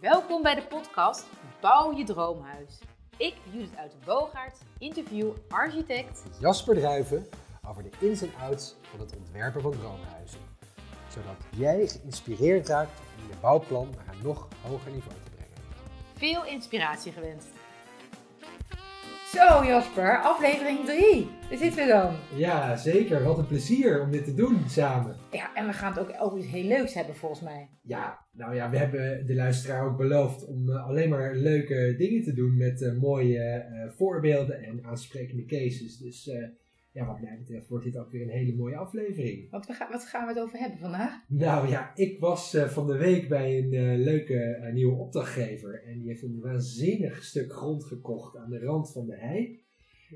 Welkom bij de podcast Bouw je droomhuis. Ik, Judith uit de Boogaard, interview architect. Jasper Druiven over de ins en outs van het ontwerpen van droomhuizen. Zodat jij geïnspireerd raakt om je bouwplan naar een nog hoger niveau te brengen. Veel inspiratie gewenst. Zo Jasper, aflevering 3. Daar zitten we dan. Ja, zeker. Wat een plezier om dit te doen samen. Ja, en we gaan het ook over iets heel leuks hebben volgens mij. Ja, nou ja, we hebben de luisteraar ook beloofd om eh, alleen maar leuke dingen te doen met eh, mooie eh, voorbeelden en aansprekende cases. Dus eh, ja, wat mij betreft wordt dit ook weer een hele mooie aflevering. Want we gaan, wat gaan we het over hebben vandaag? Nou ja, ik was eh, van de week bij een eh, leuke eh, nieuwe opdrachtgever. En die heeft een waanzinnig stuk grond gekocht aan de rand van de hei.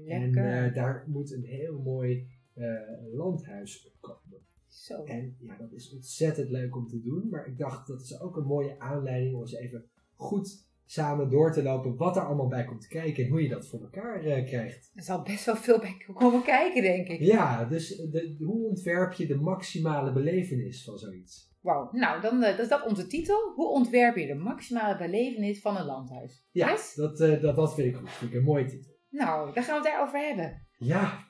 En Lekker. eh, daar moet een heel mooi eh, landhuis op komen. Zo. En ja, dat is ontzettend leuk om te doen. Maar ik dacht dat is ook een mooie aanleiding om eens even goed samen door te lopen. Wat er allemaal bij komt kijken en hoe je dat voor elkaar eh, krijgt. Er zal best wel veel bij komen kijken, denk ik. Ja, dus de, hoe ontwerp je de maximale belevenis van zoiets? Wauw. Nou, dan eh, dat is dat onze titel. Hoe ontwerp je de maximale belevenis van een landhuis? Ja, Yes? dat, eh, dat, dat vind ik goed. Vind ik een mooie titel. Nou, daar gaan we het daarover hebben. Ja,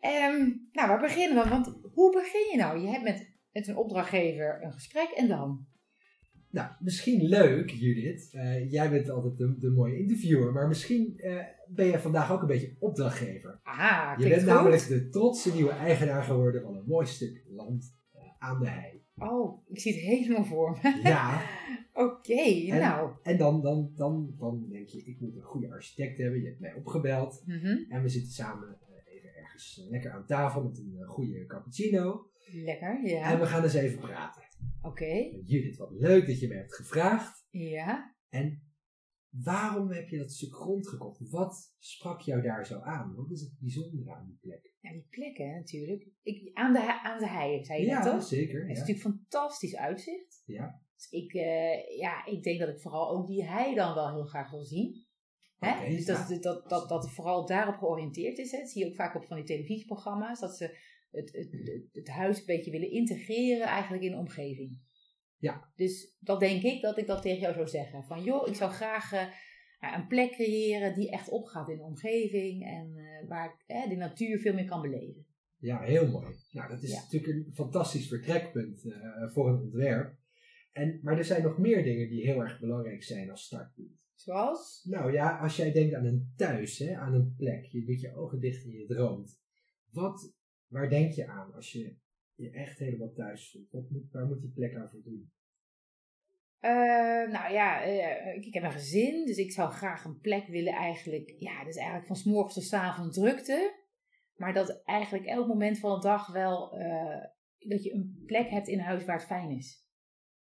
Ehm, nou, waar beginnen we? Want hoe begin je nou? Je hebt met, met een opdrachtgever een gesprek en dan? nou, misschien leuk, Judith. Eh, jij bent altijd de, de mooie interviewer, maar misschien eh, ben jij vandaag ook een beetje opdrachtgever. Ah, Je klinkt bent goed. namelijk de trotse nieuwe eigenaar geworden van een mooi stuk land eh, aan de hei. Oh, ik zie het helemaal voor me. Ja, Oké, En- nou. en dan, dan, dan, dan denk je, ik moet een goede architect hebben. Je hebt mij opgebeld Mhm, en we zitten samen eh, even ergens eh, lekker aan tafel met een eh, goede cappuccino. Lekker, En ja. we gaan eens even praten. Oké, Judith, wat leuk dat je me hebt gevraagd. ja. En waarom heb je dat stuk grond gekocht? Wat sprak jou daar zo aan? Wat is het bijzondere aan die plek? Ja, die plekken natuurlijk. Ik, aan, de, he- aan de hei, zei je ja, net toch? zeker. Het is Ja. natuurlijk fantastisch uitzicht. Ja. Dus ik, eh, ja, ik denk dat ik vooral ook die hei dan wel heel graag wil zien. Hè? Oké, dus dat, ja. dat, dat, dat, het vooral daarop georiënteerd is. Hè? Dat zie je ook vaak op van die televisieprogramma's. Dat ze het, het, Hmm. het, het huis een beetje willen integreren eigenlijk in de omgeving. Ja. Dus dat denk ik dat ik dat tegen jou zou zeggen. Van joh, ik zou graag eh, nou, een plek creëren die echt opgaat in de omgeving. En eh, waar ik eh, de natuur veel meer kan beleven. ja, heel mooi. Nou, dat is Ja. natuurlijk een fantastisch vertrekpunt eh, voor een ontwerp. En, maar er zijn nog meer dingen die heel erg belangrijk zijn als startpunt. Zoals? Nou ja, als jij denkt aan een thuis, hè, aan een plek, je doet je ogen dicht en je droomt. Wat, waar denk je aan als je je echt helemaal thuis voelt? Wat moet, waar moet die plek aan voldoen? Eh, nou ja, eh, ik ik heb een gezin, dus ik zou graag een plek willen eigenlijk. Ja, dus eigenlijk van 's morgens tot 's avonds drukte. Maar dat eigenlijk elk moment van de dag wel eh, dat je een plek hebt in huis waar het fijn is.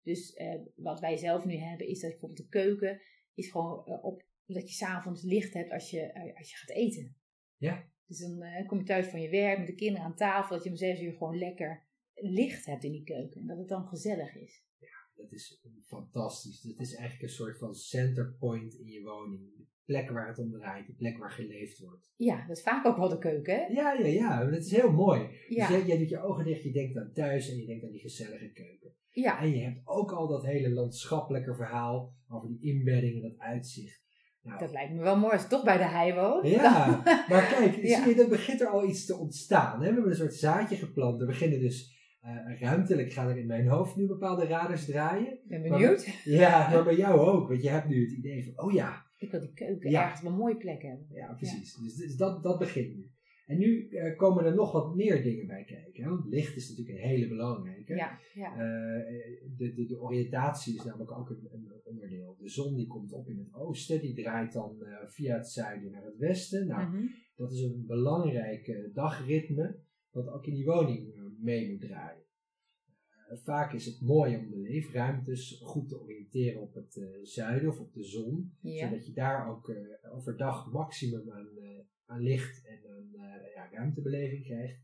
Dus eh, wat wij zelf nu hebben is dat ik bijvoorbeeld de keuken is gewoon eh, op dat je s'avonds licht hebt als je, eh, als je gaat eten. Ja. Dus dan eh, kom je thuis van je werk met de kinderen aan tafel, dat je om zes uur gewoon lekker licht hebt in die keuken. En dat het dan gezellig is. Dat is fantastisch. Dat is eigenlijk een soort van centerpoint in je woning. De plek waar het om draait, de plek waar geleefd wordt. Ja, dat is vaak ook wel de keuken. hè? Ja, ja, ja. Dat is heel mooi. Ja, Dus jij, jij doet je ogen dicht, je denkt aan thuis en je denkt aan die gezellige keuken. ja, En je hebt ook al dat hele landschappelijke verhaal over die inbedding en dat uitzicht. Nou, dat lijkt me wel mooi als ik toch bij de hei woon. Ja, maar kijk, Ja. zie je, er begint er al iets te ontstaan. Hè? We hebben een soort zaadje geplant. Er beginnen dus eh, ruimtelijk, gaan er in mijn hoofd nu bepaalde raders draaien. Ik ben benieuwd. Ja, maar bij jou ook, want je hebt nu het idee van, oh ja, Ik wil die keuken Ja. ergens op een mooie plek hebben. Ja, precies. Dus, dus dat, dat begint nu. En nu eh, komen er nog wat meer dingen bij kijken. Hè? Want licht is natuurlijk een hele belangrijke. Ja, ja. Eh, de, de, de oriëntatie is namelijk ook een, een onderdeel. De zon die komt op in het oosten, die draait dan eh, via het zuiden naar het westen. Nou, Mhm. dat is een belangrijk eh, dagritme dat ook in die woning eh, mee moet draaien. Eh, vaak is het mooi om de leefruimtes goed te oriënteren op het eh, zuiden of op de zon ja. zodat je daar ook eh, overdag maximum aan, eh, aan licht en aan eh, ja, ruimtebeleving krijgt.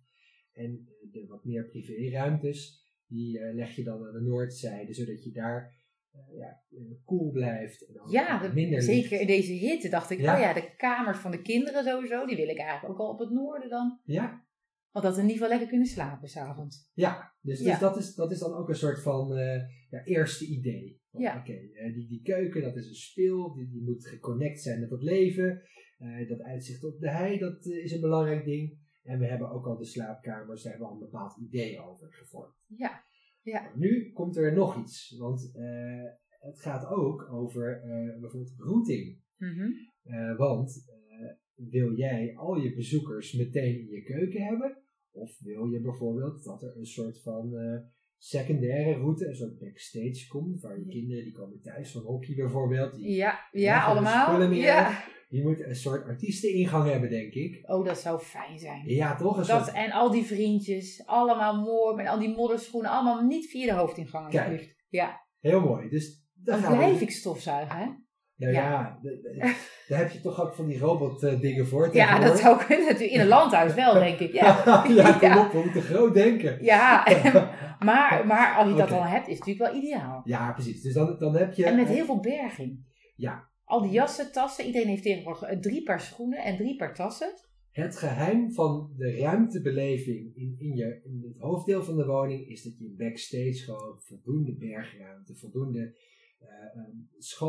En eh, de wat meer privéruimtes, die eh, leg je dan aan de noordzijde, zodat je daar eh, ja, eh, koel blijft. En ook Ja, dat- minder zeker in licht. deze hitte dacht ik, Ja. oh ja, de kamers van de kinderen sowieso, die wil ik eigenlijk ook al op het noorden dan. Ja, Want dat we in ieder geval lekker kunnen slapen s'avonds. Ja, dus, dus Ja. Dat, is, dat is dan ook een soort van eh, ja, eerste idee. Van, Ja. Oké, eh, die, die keuken, dat is een speel, die, die moet geconnect zijn met dat leven. Eh, dat uitzicht op de hei, dat eh, is een belangrijk ding. En we hebben ook al de slaapkamers, daar hebben we al een bepaald idee over gevormd. Ja, Maar Nu komt er nog iets, want eh, het gaat ook over eh, bijvoorbeeld routing. Mhm. Eh, want eh, wil jij al je bezoekers meteen in je keuken hebben? Of wil je bijvoorbeeld dat er een soort van eh, secundaire route, een soort backstage komt, waar je kinderen die komen thuis van hockey bijvoorbeeld, die, ja, ja leggen de allemaal. spullen neer. Ja. die moeten een soort artiesteningang hebben, denk ik. Oh, dat zou fijn zijn. Ja, toch? Een Dat soort, en al die vriendjes, allemaal mooi, met al die modderschoenen, allemaal niet via de hoofdingang Kijk, alsjeblieft. Ja, heel mooi. Dus daar dan gaan we- blijf ik stofzuigen, hè? Nou ja. ja, de- de- daar heb je toch ook van die robot eh, dingen voor. Ja, dat tegenwoordig. zou ik natuurlijk in een landhuis wel, denk ik. Ja, ja, kom Ja. op, we moeten groot denken. ja. maar, maar als je dat Oké. dan hebt, is het natuurlijk wel ideaal. Ja, precies. Dus dan, dan heb je... En met heel veel berging. Ja. Al die jassen, tassen, iedereen heeft tegenwoordig eh, drie paar schoenen en drie paar tassen. Het geheim van de ruimtebeleving in, in, je, in het hoofddeel van de woning is dat je backstage gewoon voldoende bergruimte, voldoende eh ehm,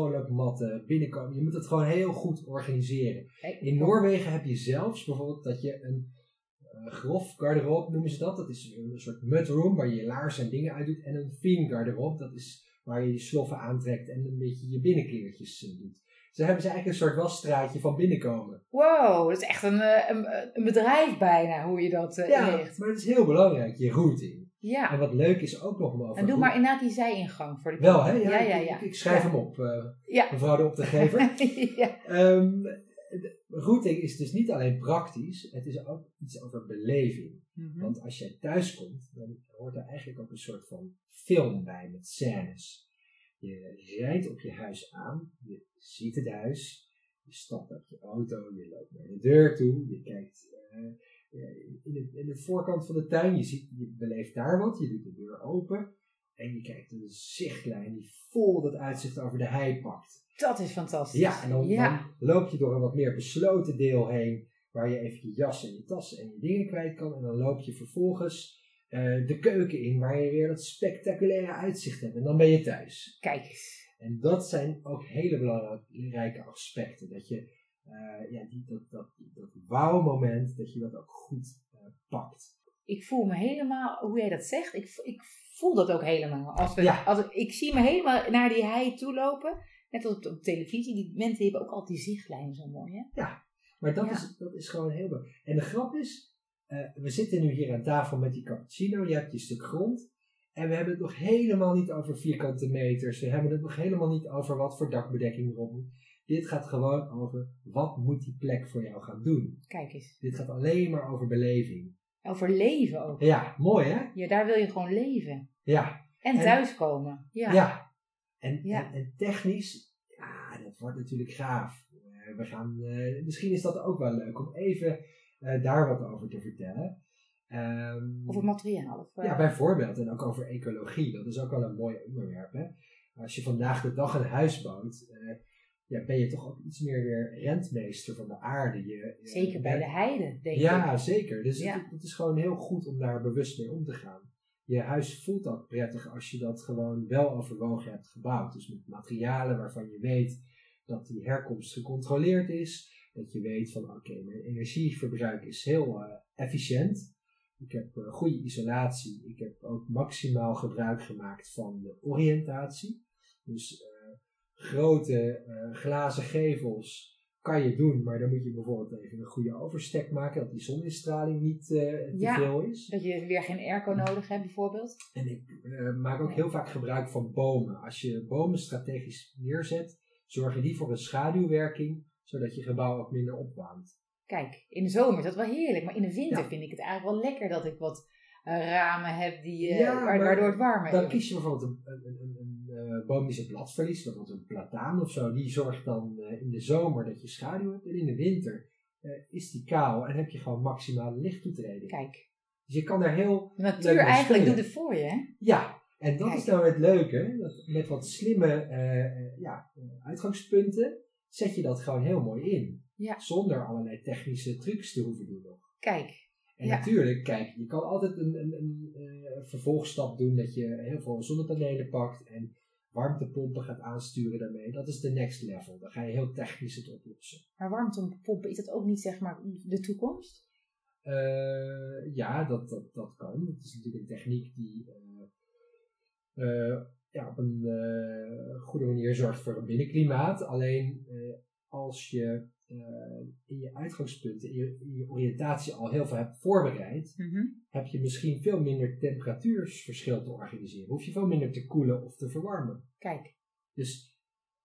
schoonmaakmatten binnenkomen. Je moet het gewoon heel goed organiseren. In Noorwegen heb je zelfs bijvoorbeeld dat je een eh, grof garderobe noemen ze dat. Dat is een soort mudroom waar je je laarzen en dingen uitdoet. En een fine garderobe, dat is waar je je sloffen aantrekt en een beetje je binnenkleertjes eh, doet. Zo hebben ze eigenlijk een soort wasstraatje van binnenkomen. Wow, dat is echt een, eh, een, een bedrijf bijna, hoe je dat eh Ja, inricht. maar het is heel belangrijk, je routing. Ja. En wat leuk is ook nog maar... En doe maar inderdaad die zijingang voor de Wel, hè? Ja, Ja, ik- ja, ik- ja. Ik, schrijf Ja. hem op, eh, Ja. mevrouw de opdrachtgever. ja. Ehm, de- routing is dus niet alleen praktisch, het is ook iets over beleving. Mhm. Want als jij thuis komt, dan hoort er eigenlijk ook een soort van film bij met scènes. Je rijdt op je huis aan, je ziet het huis, je stapt uit je auto, je loopt naar de deur toe, je kijkt eh, eh, in, de, in de voorkant van de tuin, je, ziet, je beleeft daar wat, je doet de deur open en je kijkt een zichtlijn die vol dat uitzicht over de hei pakt. Dat is fantastisch. Ja, en dan, ja. dan loop je door een wat meer besloten deel heen, waar je even je jas en je tas en je dingen kwijt kan. En dan loop je vervolgens eh, de keuken in, waar je weer dat spectaculaire uitzicht hebt. En dan ben je thuis. Kijk eens. En dat zijn ook hele belangrijke aspecten. Dat je eh, ja, die, dat, dat, dat wauw-moment, dat je dat ook goed eh, pakt. Ik voel me helemaal, hoe jij dat zegt, ik, vo- ik voel dat ook helemaal. Als we, Ja. als ik, ik zie me helemaal naar die hei toe lopen. Net als op, op televisie, die mensen hebben ook altijd die zichtlijnen zo mooi, hè? Maar dat, Ja. is, dat is gewoon heel belangrijk. En de grap is, eh, we zitten nu hier aan tafel met die cappuccino. Je hebt je stuk grond. En we hebben het nog helemaal niet over vierkante meters. We hebben het nog helemaal niet over wat voor dakbedekking erop moet. Dit gaat gewoon over wat moet die plek voor jou gaan doen. Kijk eens. Dit gaat alleen maar over beleving. Over leven ook. Ja, mooi hè? Ja, daar wil je gewoon leven. Ja, En, En- thuiskomen. Ja. ja. En, Ja. En, en technisch, ja, dat wordt natuurlijk gaaf. Eh, we gaan, eh, misschien is dat ook wel leuk om even eh, daar wat over te vertellen. Ehm, Over materiaal. Of, eh, Ja, bijvoorbeeld. En ook over ecologie. Dat is ook wel een mooi onderwerp. Hè? Als je vandaag de dag een huis bouwt, eh, ja, ben je toch ook iets meer weer rentmeester van de aarde. Je, eh, je zeker bij de bent- heide, denk ik. Ja, zeker. Dus Ja. Het, het is gewoon heel goed om daar bewust mee om te gaan. Je huis voelt ook prettig als je dat gewoon wel overwogen hebt gebouwd. Dus met materialen waarvan je weet dat die herkomst gecontroleerd is. Dat je weet van oké, mijn energieverbruik is heel eh, efficiënt. Ik heb eh, goede isolatie. Ik heb ook maximaal gebruik gemaakt van de oriëntatie. Dus eh, grote eh, glazen gevels kan je doen, maar dan moet je bijvoorbeeld even een goede overstek maken, dat die zoninstraling niet eh, te Ja. veel is. Dat je weer geen airco nodig hebt, bijvoorbeeld. En ik eh, maak ook heel vaak gebruik van bomen. Als je bomen strategisch neerzet, zorgen die voor een schaduwwerking, zodat je gebouw ook minder opwarmt. Kijk, in de zomer is dat wel heerlijk. Maar in de winter Ja. vind ik het eigenlijk wel lekker dat ik wat eh, ramen heb die, eh, Ja, wa- maar waardoor het warmer Dan is. kies je bijvoorbeeld een, een, een, een, een, eh, boom die zijn blad verliest, bijvoorbeeld een plataan of zo. Die zorgt dan eh, in de zomer dat je schaduw hebt. En in de winter eh, is die kaal en heb je gewoon maximale lichttoetreding. Kijk, Dus je kan daar heel de Leuk, natuur maar eigenlijk spelen. doet het voor je, hè? Ja, en dat Kijk. is nou het leuke. hè, Dat met wat slimme eh, eh, ja, eh, uitgangspunten zet je dat gewoon heel mooi in. Ja. Zonder allerlei technische trucs te hoeven doen nog. Kijk, En Ja. natuurlijk, kijk, je kan altijd een, een, een eh, vervolgstap doen dat je heel veel zonnepanelen pakt en warmtepompen gaat aansturen daarmee. Dat is de next level. Dan ga je heel technisch het oplossen. Maar warmtepompen, is dat ook niet zeg maar de toekomst? Eh, ja, dat, dat, dat kan. Het is natuurlijk een techniek die eh, eh, ja, op een eh, goede manier zorgt voor een binnenklimaat. Alleen eh, als je eh, in je uitgangspunten, in je, in je oriëntatie al heel veel hebt voorbereid, Mhm. heb je misschien veel minder temperatuursverschil te organiseren. Hoef je veel minder te koelen of te verwarmen. Kijk, Dus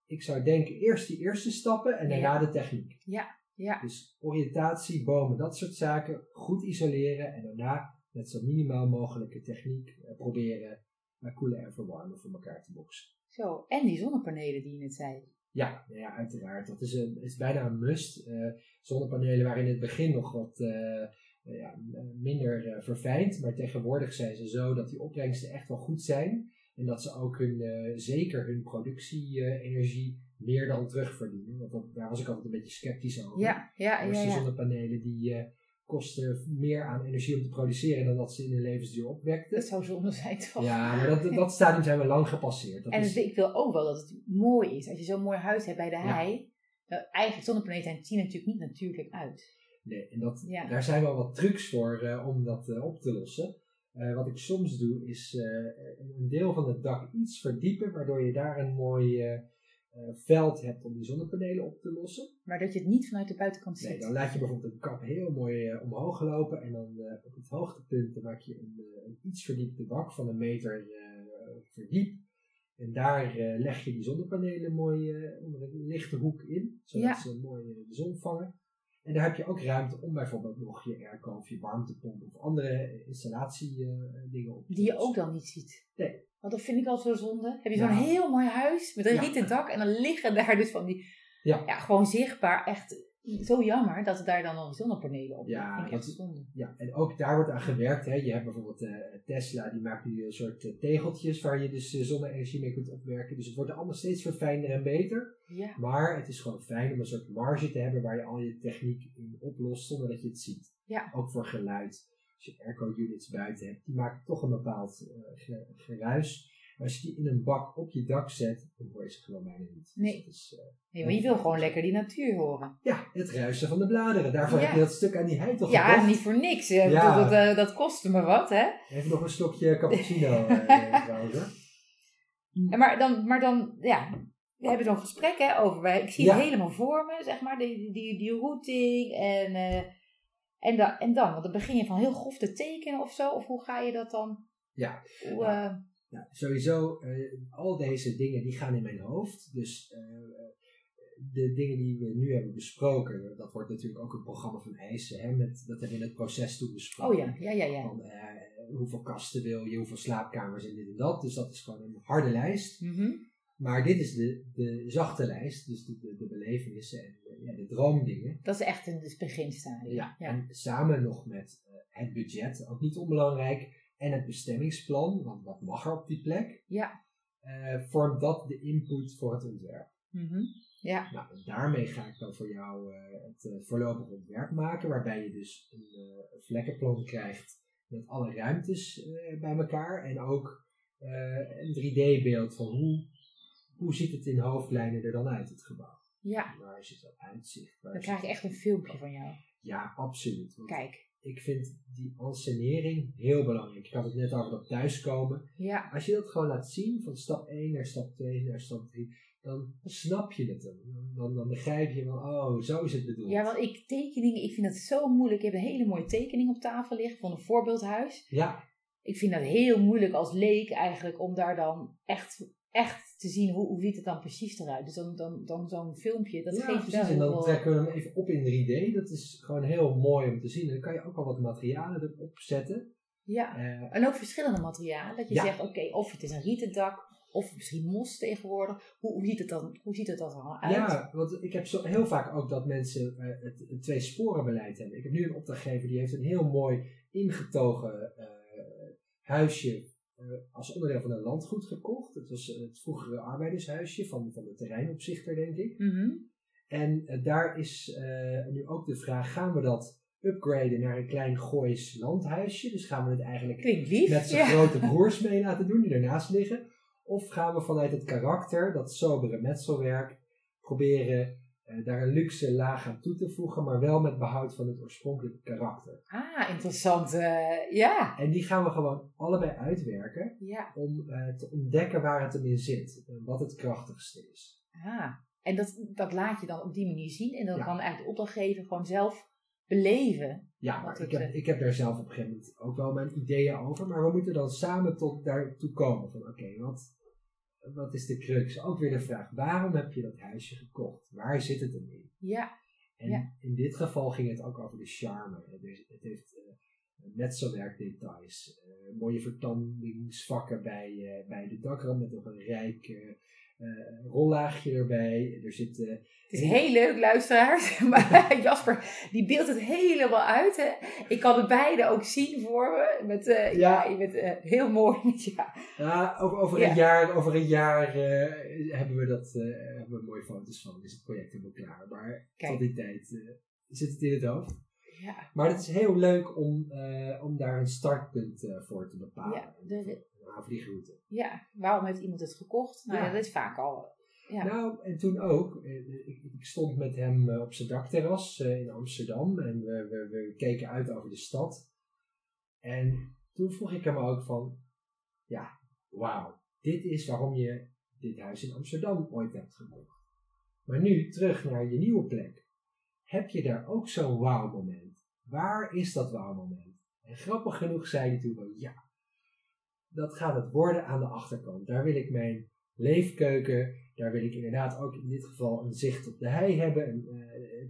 ik zou denken eerst die eerste stappen en daarna Ja. de techniek. ja. Dus oriëntatie, bomen, dat soort zaken. Goed isoleren en daarna met zo minimaal mogelijke techniek eh, proberen eh, koelen en verwarmen voor elkaar te boksen. Zo, en die zonnepanelen die je net zei. Ja, nou ja, uiteraard. Dat is, een, is bijna een must. Eh, zonnepanelen waren in het begin nog wat eh, eh, ja, m- minder eh, verfijnd, maar tegenwoordig zijn ze zo dat die opbrengsten echt wel goed zijn. En dat ze ook hun, eh, zeker hun productie-energie eh, meer dan terugverdienen. Want dat, daar was ik altijd een beetje sceptisch over. Oh, Ja, ja, ja. Dus de ja. zonnepanelen die eh, kosten meer aan energie om te produceren dan dat ze in hun levensduur Dat opwekten. zou zonde zijn toch? Ja, maar dat, dat stadium zijn we lang gepasseerd. Dat En is, ik wil ook wel dat het mooi is. Als je zo'n mooi huis hebt bij de Ja. hei. Nou, eigenlijk zonnepanelen en zien er natuurlijk niet natuurlijk uit. nee, en dat, Ja. daar zijn wel wat trucs voor eh, om dat eh, op te lossen. Eh, wat ik soms doe is eh, een deel van het dak iets verdiepen, waardoor je daar een mooi eh, eh, veld hebt om die zonnepanelen op te lossen. Maar dat je het niet vanuit de buitenkant Nee, ziet. dan laat je bijvoorbeeld een kap heel mooi eh, omhoog lopen en dan eh, op het hoogtepunt dan maak je een, eh, een iets verdiepte bak van een meter eh, verdiep. En daar eh, leg je die zonnepanelen mooi eh, onder een lichte hoek in, zodat Ja. ze mooi eh, de zon vangen. En daar heb je ook ruimte om bijvoorbeeld nog je airco of je warmtepomp of andere installatiedingen dingen op te Die je lossen. ook dan niet ziet. Nee. Want dat vind ik altijd zo zonde. Heb je zo'n Ja. heel mooi huis met een Ja. rieten dak en dan liggen daar dus van die... Ja. gewoon zichtbaar echt zo jammer dat er daar dan al zonnepanelen op Ja, Dat vind ik echt dat- zonde. Ja, en ook daar wordt aan gewerkt. Hè. Je hebt bijvoorbeeld eh, Tesla, die maakt nu een soort eh, tegeltjes waar je dus eh, zonne-energie mee kunt opwerken. Dus het wordt allemaal steeds verfijnder en beter. Ja, Maar het is gewoon fijn om een soort marge te hebben waar je al je techniek in oplost zonder dat je het ziet. Ja. Ook voor geluid. Als je airco-units buiten hebt, die maken toch een bepaald eh, ge- geruis. Maar als je die in een bak op je dak zet, dan hoor je ze gewoon bijna niet. Nee. Dus dat is, eh, nee, maar je wil gewoon lekker die natuur horen. ja, het ruisen van de bladeren. Daarvoor Ja. heb je dat stuk aan die hei toch Ja, gekocht? niet voor niks. hè. Ik Ja. bedoel, Dat, eh, dat kostte me wat, hè. Even nog een slokje cappuccino eh, trouwens. hoor. Mm. En maar dan, maar dan ja, we hebben zo'n gesprek hè, over. wij- Ik zie Ja. het helemaal voor me, zeg maar, die, die, die routing en, eh, en, da- en dan. Want dan begin je van heel grof te tekenen of zo, of hoe ga je dat dan? Ja. Hoe, eh, Nou, sowieso, eh, al deze dingen die gaan in mijn hoofd. Dus eh, de dingen die we nu hebben besproken, dat wordt natuurlijk ook een programma van eisen. Hè, met, dat hebben we in het proces toen oh besproken. ja, ja, ja, ja. Van, eh, hoeveel kasten wil je, hoeveel slaapkamers en dit en dat. Dus dat is gewoon een harde lijst. Mhm. Maar dit is de, de zachte lijst, dus de, de, de belevenissen en de, ja, de droomdingen. Dat is echt een dus beginstadium. Ja, ja. en samen nog met eh, het budget, ook niet onbelangrijk, en het bestemmingsplan, want wat mag er op die plek, Ja. eh, vormt dat de input voor het ontwerp. Mhm. Nou, en daarmee ga ik dan voor jou eh, het eh, voorlopig ontwerp maken, waarbij je dus een eh, vlekkenplan krijgt met alle ruimtes eh, bij elkaar en ook eh, een 3D-beeld van hoe, hoe ziet het in hoofdlijnen er dan uit, het gebouw. ja. Waar zit dat uitzicht? Waar Dan zit- krijg ik echt een filmpje van jou. Ja, absoluut. Want Kijk, ik vind die ansenering heel belangrijk. Ik had het net over dat thuiskomen. ja, Als je dat gewoon laat zien, van stap 1 naar stap 2 naar stap 3, dan snap je het. Dan, dan, dan begrijp je van, oh, zo is het bedoeld. ja, want ik tekeningen, ik vind dat zo moeilijk. Ik heb een hele mooie tekening op tafel liggen van een voorbeeldhuis. Ja, ik vind dat heel moeilijk als leek eigenlijk om daar dan echt, echt te zien hoe, hoe ziet het dan precies eruit. Dus dan, dan, dan zo'n filmpje, dat ja, geeft wel precies. En heel dan veel- trekken we hem even op in 3D. Dat is gewoon heel mooi om te zien. En dan kan je ook al wat materialen erop zetten. Ja, Eh, en ook verschillende materialen. Dat je Ja. zegt, oké, of het is een rieten dak, of misschien mos tegenwoordig. Hoe, hoe, ziet, het dan, hoe ziet het dan allemaal uit? Ja, want ik heb zo, heel vaak ook dat mensen eh, het, het twee sporen beleid hebben. Ik heb nu een opdrachtgever die heeft een heel mooi ingetogen eh, huisje eh, als onderdeel van een landgoed gekocht. Het was eh, het vroegere arbeidershuisje van, van de terreinopzichter, denk ik. Mhm. En eh, daar is eh, nu ook de vraag, gaan we dat upgraden naar een klein Goois landhuisje. Dus gaan we het eigenlijk Klinkt lief. met zijn ja. grote broers mee laten doen die ernaast liggen? Of gaan we vanuit het karakter, dat sobere metselwerk, proberen eh, daar een luxe laag aan toe te voegen, maar wel met behoud van het oorspronkelijke karakter? Ah, interessant. eh, ja. En die gaan we gewoon allebei uitwerken ja. om eh, te ontdekken waar het hem in zit en wat het krachtigste is. Ah. En dat, dat laat je dan op die manier zien. En dan Ja. kan eigenlijk de opdrachtgever gewoon zelf beleven. Ja, Wat maar het, ik heb, eh, ik heb daar zelf op een gegeven moment ook wel mijn ideeën over, maar we moeten dan samen tot daartoe komen van oké, wat, wat is de crux? Ook weer de vraag, waarom heb je dat huisje gekocht? Waar zit het hem in? Ja. En Ja. in dit geval ging het ook over de charme. Het is- Het heeft eh, metselwerkdetails, eh, mooie vertandingsvakken bij, eh, bij de dakrand met nog een rijk eh, eh, rollaagje erbij. Er zit, eh, Het is Ja. heel leuk, luisteraars. Maar Jasper, die beeldt het helemaal uit. Hè. Ik kan het beide ook zien voor me. Met, eh, ja. Ja. je bent eh, heel mooi. Ja. ja, ah, over, over Ja. een jaar, over een jaar eh, hebben, we dat, eh, hebben we mooie foto's van. Is het project helemaal klaar. Maar Kijk. tot die tijd eh, zit het in het hoofd. ja. Maar het is heel leuk om, eh, om daar een startpunt eh, voor te bepalen. Ja, de- Een aanvliegroute. Ja. Waarom heeft iemand het gekocht? Nou ja, Ja. dat is vaak al. Ja. Nou, en toen ook. eh, Ik, ik stond met hem eh, op zijn dakterras eh, in Amsterdam en we, we, we keken uit over de stad. En toen vroeg ik hem ook van, ja, wauw, dit is waarom je dit huis in Amsterdam ooit hebt gekocht. Maar nu terug naar je nieuwe plek. Heb je daar ook zo'n wauw moment? Waar is dat wauw moment? En grappig genoeg zei hij toen van, ja, dat gaat het worden aan de achterkant. Daar wil ik mijn leefkeuken daar wil ik inderdaad ook in dit geval een zicht op de hei hebben. En, eh,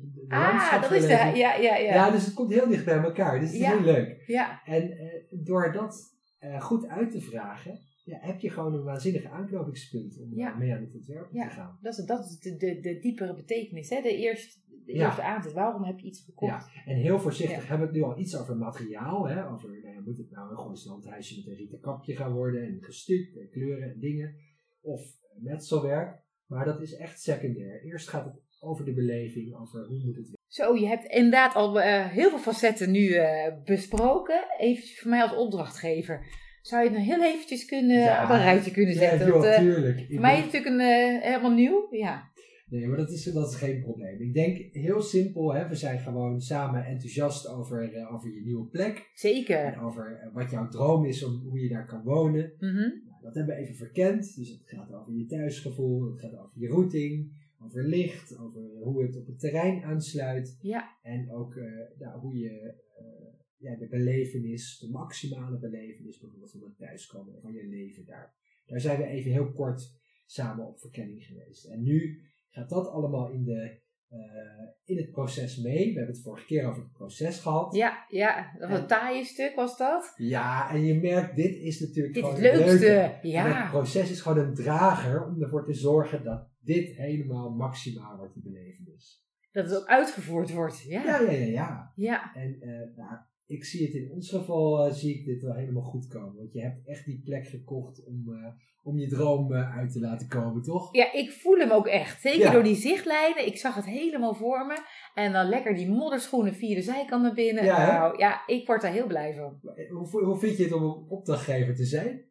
de- de Ah, dat is de. landschapsbeleving. Ja, ja, Ja. ja. Ja. dus het komt heel dicht bij elkaar. Dus het is Ja. heel leuk. ja. En eh, door dat eh, goed uit te vragen, ja, heb je gewoon een waanzinnig aanknopingspunt om Ja. eh, mee aan het ontwerpen Ja. te gaan. Dat is, dat is de, de, de diepere betekenis. Hè? De eerste, de Ja. eerste aanzet. Waarom heb je iets gekocht? En heel voorzichtig hebben we het nu al iets over materiaal. Hè? Over nou ja, moet het nou een Goois landhuisje met een rieten kapje gaan worden en gestuukt en kleuren en dingen. Of metselwerk. Maar dat is echt secundair. Eerst gaat het over de beleving, over hoe moet het Zo, je hebt inderdaad al eh, heel veel facetten nu eh, besproken. Even voor mij als opdrachtgever. Zou je het nog heel eventjes kunnen, Ja. op een rijtje kunnen zetten? Ja, Want, eh, natuurlijk. voor mij is het natuurlijk een, eh, helemaal nieuw. Ja. Nee, maar dat is, dat is geen probleem. Ik denk heel simpel, hè, we zijn gewoon samen enthousiast over, eh, over je nieuwe plek. Zeker. En over eh, wat jouw droom is, om, hoe je daar kan wonen. Mhm. Nou, dat hebben we even verkend. Dus het gaat over je thuisgevoel, het gaat over je routing, over licht, over eh, hoe het op het terrein aansluit. Ja. En ook eh, nou, hoe je eh, ja, de belevenis, de maximale belevenis bijvoorbeeld van het thuiskomen en van je leven daar. Daar zijn we even heel kort samen op verkenning geweest. En nu gaat dat allemaal in, de, eh, in het proces mee. We hebben het vorige keer over het proces gehad. Ja, ja, dat was een taaie stuk was dat. Ja, en je merkt, dit is natuurlijk Dit is het gewoon leukste. en Het Ja. proces is gewoon een drager om ervoor te zorgen dat dit helemaal maximaal wordt te beleven is. Dat het ook uitgevoerd wordt. Ja, Ja. ja, ja, ja. Ja. En eh, nou, ik zie het in ons geval, eh, zie ik dit wel helemaal goed komen. Want je hebt echt die plek gekocht om, eh, om je droom eh, uit te laten komen, toch? ja, ik voel hem ook echt. Zeker Ja. door die zichtlijnen. Ik zag het helemaal voor me. En dan lekker die modderschoenen via de zijkant naar binnen. Ja, hè? nou, ja, ik word daar heel blij van. Eh, Hoe, hoe vind je het om een opdrachtgever te zijn?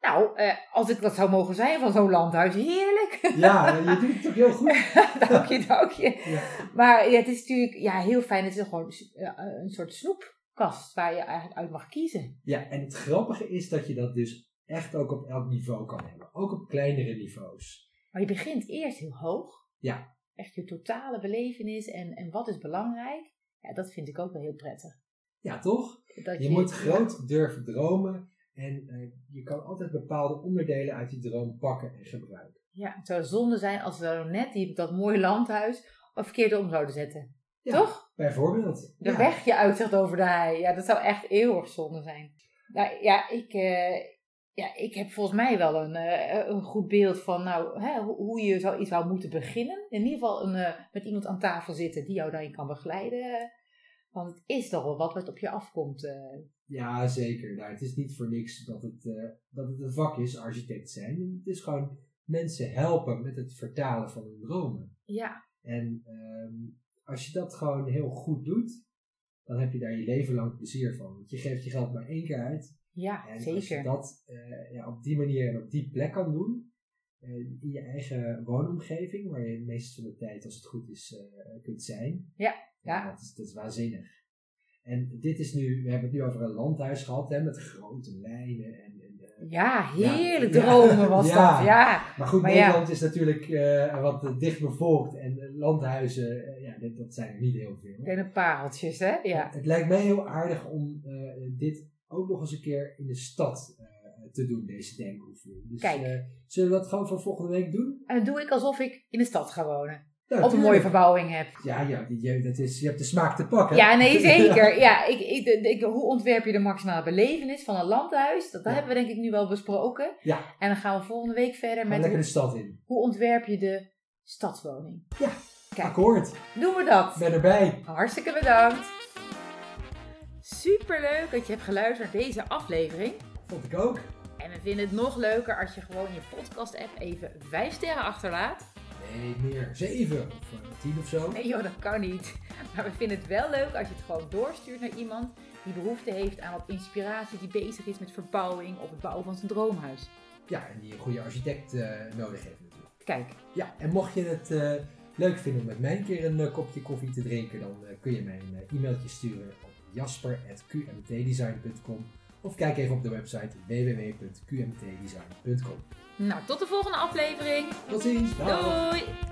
Nou, eh, als ik dat zou mogen zijn van zo'n landhuis, heerlijk. Ja, eh, je doet het toch heel goed? dankje, dankje. Ja. Maar ja, het is natuurlijk ja, heel fijn. Het is gewoon eh, een soort snoepkast waar je eigenlijk uit mag kiezen. ja, en het grappige is dat je dat dus echt ook op elk niveau kan hebben. Ook op kleinere niveaus. Maar je begint eerst heel hoog. Ja. Echt je totale belevenis en, en wat is belangrijk. Ja, dat vind ik ook wel heel prettig. Ja, toch? Dat Je moet groot durven dromen en eh, je kan altijd bepaalde onderdelen uit die droom pakken en gebruiken. Ja, het zou zonde zijn als we dan net die, dat mooie landhuis verkeerd om zouden zetten. Ja. Toch? Bijvoorbeeld. de ja. weg je uitzicht over de hei. Ja, dat zou echt eeuwig zonde zijn. Nou ja, ik, eh, ja, ik heb volgens mij wel een, eh, een goed beeld van nou, hè, ho- hoe je zoiets zou moeten beginnen. In ieder geval een, eh, met iemand aan tafel zitten die jou daarin kan begeleiden. Want het is toch wel wat wat op je afkomt. eh. Ja, zeker. Nou, het is niet voor niks dat het, eh, dat het een vak is, architect zijn. Het is gewoon mensen helpen met het vertalen van hun dromen. ja, En ehm, als je dat gewoon heel goed doet, dan heb je daar je leven lang plezier van. Want je geeft je geld maar één keer uit. Ja, En als je zeker. dat eh, ja, op die manier en op die plek kan doen, eh, in je eigen woonomgeving, waar je de meeste van de tijd, als het goed is, eh, kunt zijn. Ja, ja. Dat is, dat is waanzinnig. En dit is nu, we hebben het nu over een landhuis gehad, hè, met grote lijnen. En, en, eh, Ja, heerlijk Ja. dromen was Ja. dat. Ja, maar goed, Maar ja. Nederland is natuurlijk eh, wat eh, dicht bevolkt en eh, landhuizen, eh, ja, dit- dat zijn er niet heel veel. kleine pareltjes, hè? Ja. Eh, Het lijkt mij heel aardig om eh, dit ook nog eens een keer in de stad eh, te doen, deze denkoefening. Dus Kijk. eh, zullen we dat gewoon voor volgende week doen? En dat doe ik alsof ik in de stad ga wonen. Nou, Of een tuurlijk. mooie verbouwing heb. Ja, ja die- je, dat is, je hebt de smaak te pakken. Oh. Ja, nee, zeker. Ja, ik, ik, de- de- ik- hoe ontwerp je de maximale belevenis van een landhuis? Dat, dat Ja. hebben we denk ik nu wel besproken. Ja. En dan gaan we volgende week verder Ga met lekker hoe, de stad in. hoe ontwerp je de stadswoning. Kijk. Akkoord, Doen we dat. ben erbij. Hartstikke bedankt. Superleuk dat je hebt geluisterd naar deze aflevering. Vond ik ook. En we vinden het nog leuker als je gewoon in je podcast-app even 5 sterren achterlaat. Nee, meer. Zeven of eh, tien of zo. Nee joh, dat kan niet. Maar we vinden het wel leuk als je het gewoon doorstuurt naar iemand die behoefte heeft aan wat inspiratie, die bezig is met verbouwing of het bouwen van zijn droomhuis. Ja, en die een goede architect eh, nodig heeft natuurlijk. Kijk, Ja, en mocht je het eh, leuk vinden om met mij een keer een eh, kopje koffie te drinken, dan eh, kun je mij een eh, e-mailtje sturen op jasper.qmtdesign.com of kijk even op de website www.qmtdesign.com. nou tot de volgende aflevering. Tot ziens! Dag. Doei!